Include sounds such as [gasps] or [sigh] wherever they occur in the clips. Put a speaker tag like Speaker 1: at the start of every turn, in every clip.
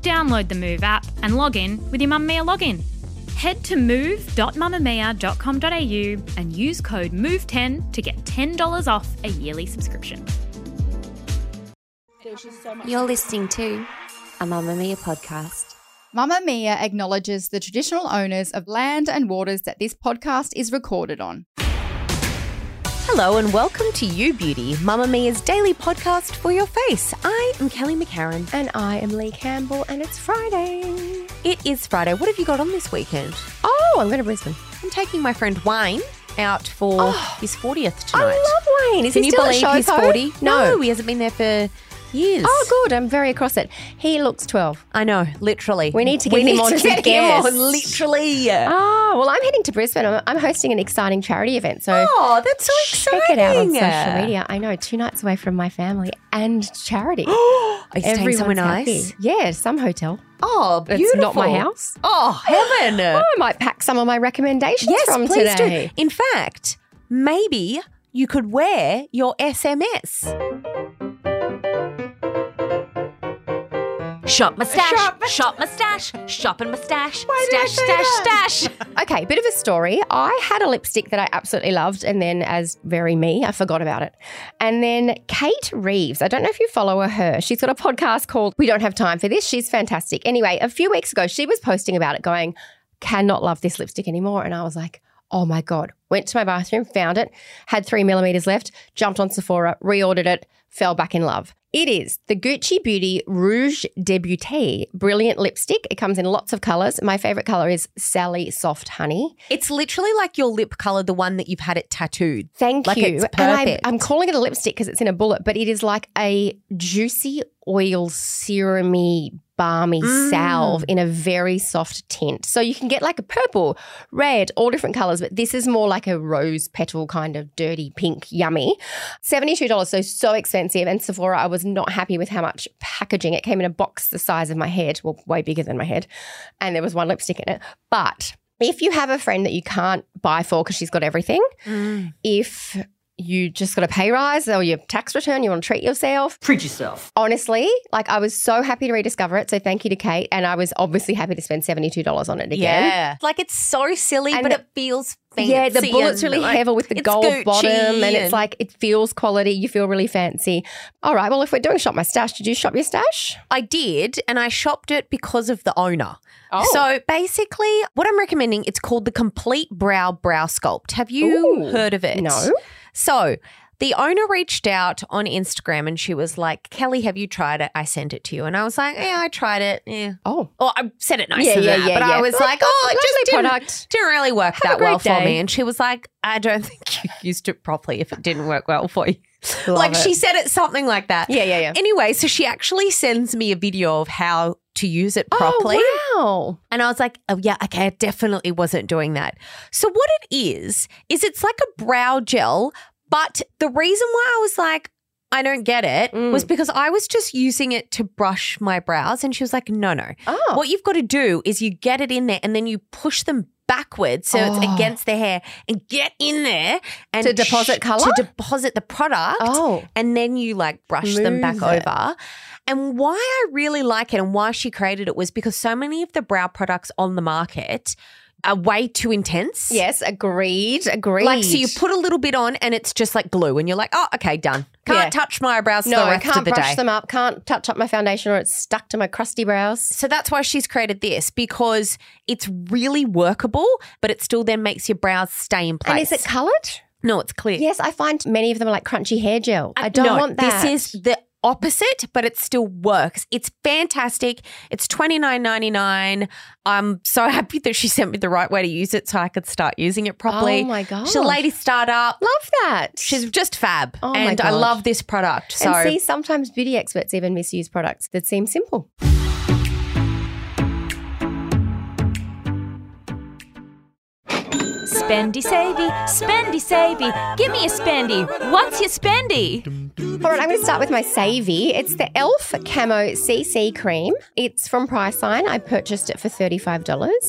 Speaker 1: download the Move app and log in with your Mamma Mia login. Head to move.mamamia.com.au and use code MOVE10 to get $10 off a yearly subscription.
Speaker 2: You're listening to a Mamma Mia podcast.
Speaker 3: Mamma Mia acknowledges the traditional owners of land and waters that this podcast is recorded on.
Speaker 4: Hello and welcome to You Beauty, Mamma Mia's daily podcast for your face. I am Kelly McCarran.
Speaker 2: And I am Lee Campbell, and it's Friday.
Speaker 4: It is Friday. What have you got on this weekend?
Speaker 2: Oh, I'm going to Brisbane.
Speaker 4: I'm taking my friend Wayne out for his 40th
Speaker 2: Oh, I
Speaker 4: tonight.
Speaker 2: love Wayne. Is
Speaker 4: Can
Speaker 2: he
Speaker 4: you
Speaker 2: still at
Speaker 4: believe he's
Speaker 2: Showco?
Speaker 4: 40?
Speaker 2: No.
Speaker 4: he hasn't been there for years.
Speaker 2: Oh, good. I'm very across it. He looks 12.
Speaker 4: I know, literally.
Speaker 2: We need to get him on as a
Speaker 4: get him
Speaker 2: guest.
Speaker 4: on, literally.
Speaker 2: Oh, well, I'm heading to Brisbane. I'm, I'm hosting an exciting charity event. So
Speaker 4: Oh, that's so exciting.
Speaker 2: check it out on social [gasps] media. I know, two nights away from my family and
Speaker 4: [gasps]
Speaker 2: charity.
Speaker 4: Are you staying somewhere nice?
Speaker 2: happy. Yeah, some hotel.
Speaker 4: Oh,
Speaker 2: It's
Speaker 4: beautiful.
Speaker 2: not my house.
Speaker 4: Oh,
Speaker 2: [gasps]
Speaker 4: heaven.
Speaker 2: I might pack some of my recommendations
Speaker 4: Yes,
Speaker 2: from
Speaker 4: please
Speaker 2: today.
Speaker 4: do. In fact, maybe you could wear your SMS. Shop mustache, shop, mustache, shop and mustache, stash, stash, stash.
Speaker 2: [laughs] Okay, bit of a story. I had a lipstick that I absolutely loved, and then, as very me, I forgot about it. And then Kate Reeves, I don't know if you follow her. She's got a podcast called We Don't Have Time for This. She's fantastic. Anyway, a few weeks ago, she was posting about it, going, Cannot love this lipstick anymore. And I was like, Oh my God. Went to my bathroom, found it, had three millimeters left, jumped on Sephora, reordered it, fell back in love. It is the Gucci Beauty Rouge Debutée Brilliant Lipstick. It comes in lots of colors. My favorite color is Sally Soft Honey.
Speaker 4: It's literally like your lip color, the one that you've had it tattooed.
Speaker 2: Thank
Speaker 4: Like,
Speaker 2: you.
Speaker 4: it's
Speaker 2: And I'm,
Speaker 4: perfect.
Speaker 2: I'm calling it a lipstick because it's in a bullet, but it is like a juicy oil serumy balmy salve
Speaker 4: Mm.
Speaker 2: in a very soft tint. So you can get like a purple, red, all different colors, but this is more like a rose petal kind of dirty pink yummy. $72, so so expensive. And Sephora, I was not happy with how much packaging. It came in a box the size of my head, well, way bigger than my head. And there was one lipstick in it. But if you have a friend that you can't buy for because she's got everything, Mm, if you just got a pay rise or your tax return, you want to treat yourself. Treat yourself. Honestly, like I was so happy to rediscover it. So thank you to Kate. And I was obviously happy to spend $72 on it again.
Speaker 4: Yeah. Like it's so silly,
Speaker 2: And
Speaker 4: but
Speaker 2: the-
Speaker 4: it feels fancy.
Speaker 2: Yeah, the bullet's
Speaker 4: and,
Speaker 2: really
Speaker 4: like,
Speaker 2: heavy with the
Speaker 4: it's
Speaker 2: gold
Speaker 4: Gucci
Speaker 2: bottom, and, it's
Speaker 4: and-
Speaker 2: like it feels quality. You feel really fancy. All right, well, if we're doing shop my stash, did you shop your stash?
Speaker 4: I did, and I shopped it because of the owner.
Speaker 2: Oh.
Speaker 4: So basically, what I'm recommending, it's called the Complete Brow Brow Sculpt. Have you
Speaker 2: Ooh.
Speaker 4: heard of it?
Speaker 2: No.
Speaker 4: So the owner reached out on Instagram and she was like, Kelly, have you tried it? I sent it to you. And I was like, yeah, I tried it. Yeah.
Speaker 2: Oh,
Speaker 4: Or I said it nicer
Speaker 2: Yeah,
Speaker 4: than
Speaker 2: yeah,
Speaker 4: that,
Speaker 2: yeah,
Speaker 4: but
Speaker 2: yeah.
Speaker 4: I was
Speaker 2: Look,
Speaker 4: like, oh, it
Speaker 2: lovely
Speaker 4: just didn't,
Speaker 2: product.
Speaker 4: didn't really work
Speaker 2: a
Speaker 4: that well
Speaker 2: great
Speaker 4: for
Speaker 2: day.
Speaker 4: me. And she was like, I don't [laughs] think you used it properly if it didn't work well for you.
Speaker 2: Love
Speaker 4: like she
Speaker 2: it.
Speaker 4: said it something like that.
Speaker 2: Yeah, yeah, yeah.
Speaker 4: Anyway, so she actually sends me a video of how to use it properly.
Speaker 2: Oh, wow.
Speaker 4: And I was like, oh, yeah, okay, I definitely wasn't doing that. So, what it is, is it's like a brow gel, but the reason why I was like, I don't get it
Speaker 2: Mm.
Speaker 4: was because I was just using it to brush my brows. And she was like, no, no.
Speaker 2: Oh.
Speaker 4: What you've got to do is you get it in there and then you push them backwards so it's
Speaker 2: Oh.
Speaker 4: against the hair and get in there and
Speaker 2: To deposit
Speaker 4: sh-
Speaker 2: colour?
Speaker 4: To deposit the product
Speaker 2: Oh.
Speaker 4: and then you like brush them back
Speaker 2: Move it.
Speaker 4: over. And why I really like it and why she created it was because so many of the brow products on the market are way too intense.
Speaker 2: Yes, agreed, agreed.
Speaker 4: Like, so you put a little bit on and it's just like glue, and you're like, oh, okay, done. Can't
Speaker 2: Yeah.
Speaker 4: touch my eyebrows
Speaker 2: no,
Speaker 4: for the
Speaker 2: I
Speaker 4: rest
Speaker 2: can't
Speaker 4: of the
Speaker 2: brush
Speaker 4: day.
Speaker 2: them up, can't touch up my foundation or it's stuck to my crusty brows.
Speaker 4: So that's why she's created this because it's really workable, but it still then makes your brows stay in place.
Speaker 2: And is it coloured?
Speaker 4: no, it's clear.
Speaker 2: Yes, I find many of them are like crunchy hair gel. I don't
Speaker 4: No,
Speaker 2: want that.
Speaker 4: This is the opposite, but it still works. It's fantastic. It's twenty nine ninety nine. I'm so happy that she sent me the right way to use it so I could start using it properly.
Speaker 2: Oh my god,
Speaker 4: She's a lady startup.
Speaker 2: Love that.
Speaker 4: She's just fab.
Speaker 2: Oh my
Speaker 4: and I
Speaker 2: God.
Speaker 4: love this product. So
Speaker 2: and see, sometimes beauty experts even misuse products that seem simple.
Speaker 5: Spendy savey, spendy savey, give me a spendy. What's your spendy?
Speaker 2: All right, I'm going to start with my savey. It's the Elf Camo CC Cream. It's from Priceline. I purchased it for $35.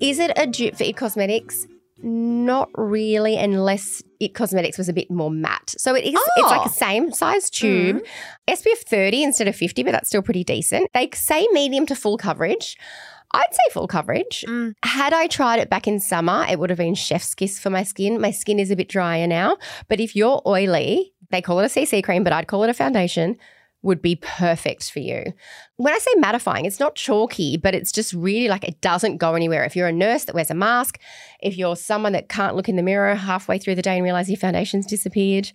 Speaker 2: Is it a dupe for It Cosmetics? Not really, unless It Cosmetics was a bit more matte. So it is, it's like the same size tube. SPF 30 instead of 50, but that's still pretty decent. They say medium to full coverage. I'd say full coverage. Had I tried it back in summer, it would have been chef's kiss for my skin. My skin is a bit drier now, but if you're oily, they call it a CC cream, but I'd call it a foundation, would be perfect for you. When I say mattifying, it's not chalky, but it's just really like it doesn't go anywhere. If you're a nurse that wears a mask, if you're someone that can't look in the mirror halfway through the day and realize your foundation's disappeared,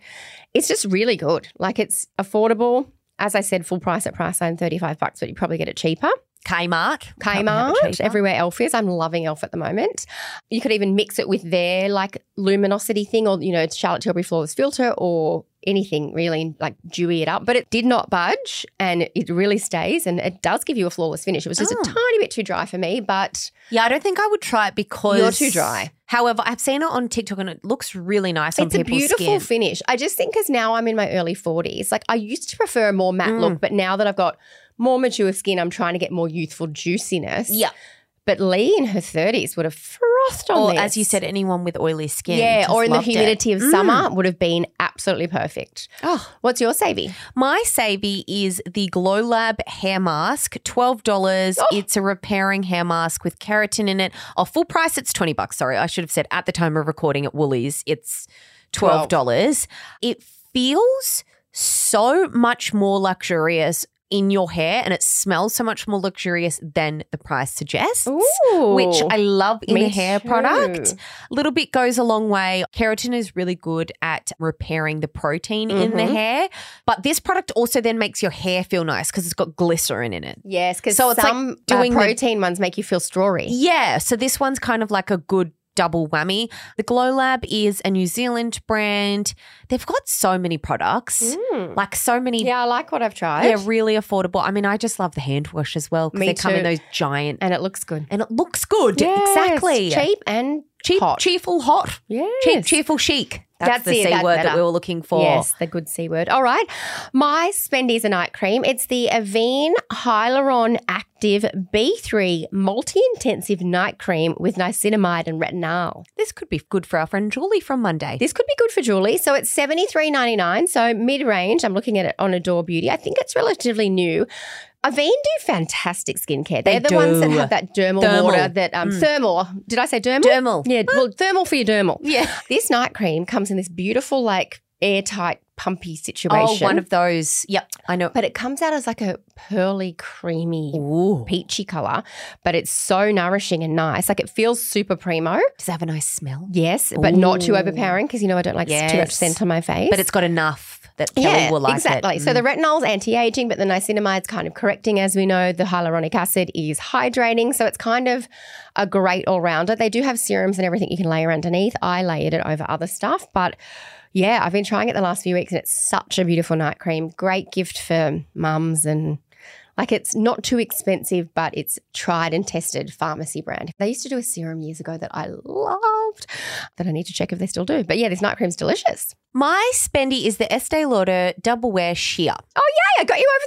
Speaker 2: it's just really good. Like it's affordable. As I said, full price at price line, 35 bucks, but you probably get it cheaper.
Speaker 4: Kmart.
Speaker 2: Kmart, everywhere Elf is. I'm loving Elf at the moment. You could even mix it with their like luminosity thing or, you know, Charlotte Tilbury flawless filter or anything really and, like dewy it up. But it did not budge and it really stays and it does give you a flawless finish. It was just
Speaker 4: Oh.
Speaker 2: a tiny bit too dry for me, but
Speaker 4: Yeah, I don't think I would try it because
Speaker 2: You're too dry.
Speaker 4: However, I've seen it on TikTok and it looks really nice on
Speaker 2: it's a
Speaker 4: people's
Speaker 2: beautiful
Speaker 4: skin.
Speaker 2: finish. I just think because now I'm in my early 40s, like I used to prefer a more matte
Speaker 4: Mm.
Speaker 2: look, but now that I've got more mature skin, I'm trying to get more youthful juiciness.
Speaker 4: yeah,
Speaker 2: But Lee in her 30s would have frothed on
Speaker 4: or
Speaker 2: this.
Speaker 4: as you said, anyone with oily skin.
Speaker 2: Yeah,
Speaker 4: just
Speaker 2: or in the
Speaker 4: loved it.
Speaker 2: humidity of
Speaker 4: Mm.
Speaker 2: summer would have been absolutely perfect.
Speaker 4: Oh.
Speaker 2: What's your savvy?
Speaker 4: My savey is the Glow Lab hair mask, twelve dollars.
Speaker 2: Oh.
Speaker 4: It's a repairing hair mask with keratin in it. Oh, full price, it's twenty bucks. Sorry, I should have said at the time of recording at Woolies, it's twelve dollars. It feels so much more luxurious in your hair, and it smells so much more luxurious than the price suggests. Which I love in
Speaker 2: Me
Speaker 4: a hair
Speaker 2: too.
Speaker 4: product. A little bit goes a long way. Keratin is really good at repairing the protein in the
Speaker 2: Mhm.
Speaker 4: hair, but this product also then makes your hair feel nice because it's got glycerin in it.
Speaker 2: Yes, because
Speaker 4: So it's like
Speaker 2: some uh,
Speaker 4: doing the-
Speaker 2: protein ones make you feel strawy.
Speaker 4: Yeah, so this one's kind of like a good double whammy. The Glow Lab is a New Zealand brand. They've got so many products, like so many.
Speaker 2: Mm. Yeah, I like what I've tried.
Speaker 4: They're really affordable. I mean, I just love the hand wash as well because
Speaker 2: Me
Speaker 4: they come in
Speaker 2: too.
Speaker 4: those giant
Speaker 2: and it looks good.
Speaker 4: and it looks good.
Speaker 2: Yes,
Speaker 4: Exactly.
Speaker 2: Cheap and
Speaker 4: Cheap,
Speaker 2: hot.
Speaker 4: cheerful, hot.
Speaker 2: Yes.
Speaker 4: Cheap, cheerful, chic. That's,
Speaker 2: That's
Speaker 4: the
Speaker 2: it,
Speaker 4: C
Speaker 2: that's
Speaker 4: word that
Speaker 2: better.
Speaker 4: we were looking for.
Speaker 2: Yes, the good C word. All right. My spendy's a night cream. It's the Avene Hyaluron Active B3 Multi Intensive Night Cream with nicotinamide and retinol.
Speaker 4: This could be good for our friend Julie from Monday.
Speaker 2: This could be good for Julie. So it's seventy three ninety nine. So mid range. I'm looking at it on Adore Beauty. I think it's relatively new. Avene do fantastic skincare. They're
Speaker 4: They
Speaker 2: the ones that
Speaker 4: do.
Speaker 2: have that dermal,
Speaker 4: Thermal.
Speaker 2: water that um thermal. Did I say dermal?
Speaker 4: Dermal.
Speaker 2: Yeah, well, thermal for your dermal.
Speaker 4: Yeah.
Speaker 2: This night cream comes in this beautiful, like airtight, pumpy situation.
Speaker 4: Oh, one of those. Yep, I know.
Speaker 2: but it comes out as like a pearly, creamy,
Speaker 4: Ooh.
Speaker 2: peachy color. But it's so nourishing and nice. Like it feels super primo.
Speaker 4: Does it have a nice smell?
Speaker 2: Yes, but not too
Speaker 4: Ooh.
Speaker 2: overpowering because you know I don't like too much
Speaker 4: Yes.
Speaker 2: scent on my face.
Speaker 4: But it's got enough that Kelly will like
Speaker 2: exactly.
Speaker 4: it. Mm.
Speaker 2: So the retinol's anti-aging, but the niacinamide's kind of correcting, as we know. The hyaluronic acid is hydrating, so it's kind of a great all-rounder. They do have serums and everything you can layer underneath. I layered it over other stuff, but yeah, I've been trying it the last few weeks, and it's such a beautiful night cream. Great gift for mums and. Like it's not too expensive, but it's tried and tested pharmacy brand. They used to do a serum years ago that I loved, that I need to check if they still do. But yeah, this night cream's delicious.
Speaker 4: My spendy is the Estee Lauder Double Wear Sheer.
Speaker 2: Hey, Oh, I got you over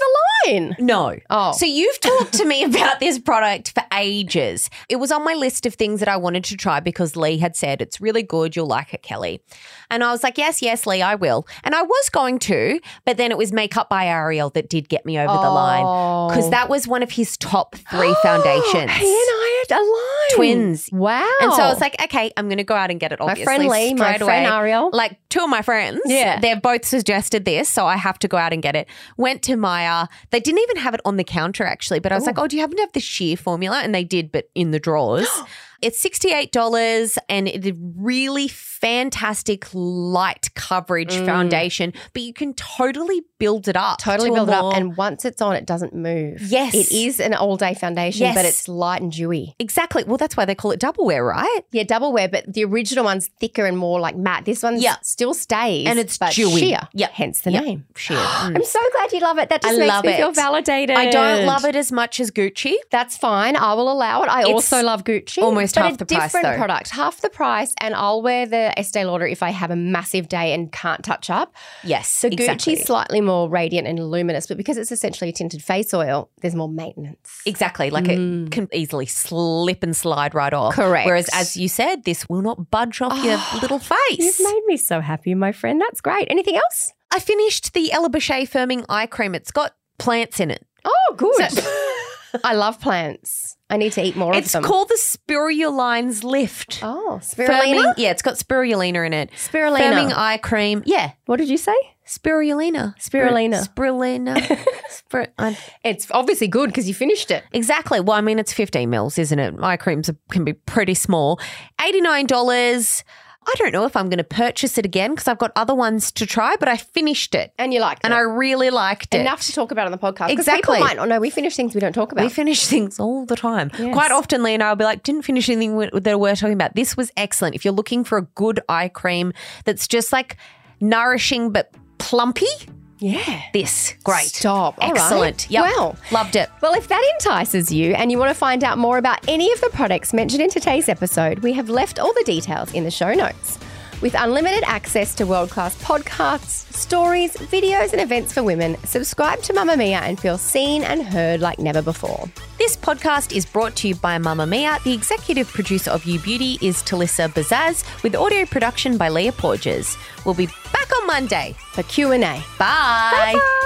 Speaker 2: the line.
Speaker 4: No.
Speaker 2: Oh.
Speaker 4: So you've talked to me [laughs] about this product for ages. It was on my list of things that I wanted to try because Lee had said it's really good, you'll like it, Kelly. And I was like, yes, yes, Lee, I will. And I was going to, but then it was Makeup by Ariel that did get me over the line because that was one of his top three
Speaker 2: [gasps]
Speaker 4: foundations.
Speaker 2: He and I are aligned.
Speaker 4: Twins.
Speaker 2: Wow.
Speaker 4: And so I was like, okay, I'm going to go out and get it.
Speaker 2: Oh. my
Speaker 4: Obviously,
Speaker 2: friend Lee, my
Speaker 4: straight
Speaker 2: friend
Speaker 4: away.
Speaker 2: Ariel.
Speaker 4: Like two of my friends,
Speaker 2: Yeah.
Speaker 4: they've both suggested this, so I have to go out and get it. Went to Maya. They didn't even have it on the counter actually, but I was like, "Oh, do you happen to have the sheer formula?" And they did, but in the
Speaker 2: [gasps]
Speaker 4: drawers. it's sixty eight dollars, and it's a really fantastic light coverage
Speaker 2: Mm.
Speaker 4: foundation. But you can totally build it up,
Speaker 2: Totally
Speaker 4: to a
Speaker 2: build it
Speaker 4: more-
Speaker 2: up. And once it's on, it doesn't move.
Speaker 4: Yes.
Speaker 2: It is an all day foundation,
Speaker 4: Yes.
Speaker 2: but it's light and dewy.
Speaker 4: exactly. Well, that's why they call it double wear, right?
Speaker 2: Yeah, double wear, but the original one's thicker and more like matte. This one
Speaker 4: Yeah.
Speaker 2: still stays.
Speaker 4: And it's
Speaker 2: but
Speaker 4: dewy.
Speaker 2: sheer.
Speaker 4: Yep.
Speaker 2: Hence the
Speaker 4: Yep.
Speaker 2: name. [gasps]
Speaker 4: Sheer.
Speaker 2: I'm so glad you love it. That just
Speaker 4: I
Speaker 2: makes
Speaker 4: love
Speaker 2: me feel
Speaker 4: it.
Speaker 2: validated.
Speaker 4: I don't love it as much as Gucci.
Speaker 2: That's fine. I will allow it. I
Speaker 4: It's
Speaker 2: also love Gucci.
Speaker 4: almost almost
Speaker 2: but
Speaker 4: half
Speaker 2: a
Speaker 4: the
Speaker 2: different
Speaker 4: price though.
Speaker 2: product, half the price, and I'll wear the Estee Lauder if I have a massive day and can't touch up.
Speaker 4: Yes.
Speaker 2: So
Speaker 4: exactly.
Speaker 2: Gucci's slightly more radiant and luminous, but because it's essentially a tinted face oil, there's more maintenance.
Speaker 4: Exactly. Like it can easily slip and slide right off.
Speaker 2: Mm. Correct. Oh,
Speaker 4: Whereas, as you said, this will not budge off your little
Speaker 2: You've
Speaker 4: face.
Speaker 2: made me so happy, my friend. That's great. Anything else?
Speaker 4: I finished the Ella Boche firming eye cream. It's got plants in it.
Speaker 2: Oh, good. [laughs] I love plants. I need to eat more
Speaker 4: It's
Speaker 2: of them.
Speaker 4: called the Spirulines Lift.
Speaker 2: Oh, spirulina.
Speaker 4: Firming- yeah, it's got spirulina in it.
Speaker 2: Spirulina.
Speaker 4: Firming eye cream. Yeah,
Speaker 2: What did you say?
Speaker 4: spirulina.
Speaker 2: Spirulina.
Speaker 4: Spirulina.
Speaker 2: [laughs]
Speaker 4: Spir- I-
Speaker 2: It's obviously good because you finished it.
Speaker 4: exactly. Well, I mean, it's 15 mils, isn't it? Eye creams are- can be pretty small. $89. I don't know if I'm going to purchase it again because I've got other ones to try, but I finished it
Speaker 2: And you liked
Speaker 4: and
Speaker 2: it.
Speaker 4: I really liked it.
Speaker 2: Enough to talk about on the podcast. 'Cause
Speaker 4: Exactly.
Speaker 2: People might not know we finish things we don't talk about.
Speaker 4: We finish things all the time. Quite often, Lee and I will be like, didn't finish anything we- that we're talking about. This was excellent. If you're looking for a good eye cream that's just like nourishing but plumpy,
Speaker 2: yeah.
Speaker 4: this. Great.
Speaker 2: Stop. All right.
Speaker 4: Excellent. Yep.
Speaker 2: Wow.
Speaker 4: Loved it.
Speaker 2: Well, if that entices you and you want to find out more about any of the products mentioned in today's episode, we have left all the details in the show notes. With unlimited access to world class podcasts, stories, videos, and events for women, subscribe to Mamma Mia and feel seen and heard like never before.
Speaker 4: This podcast is brought to you by Mamma Mia. The executive producer of You Beauty is Talissa Bazaz, with audio production by Leah Porges. We'll be back on Monday.
Speaker 2: For Q&A.
Speaker 4: Bye.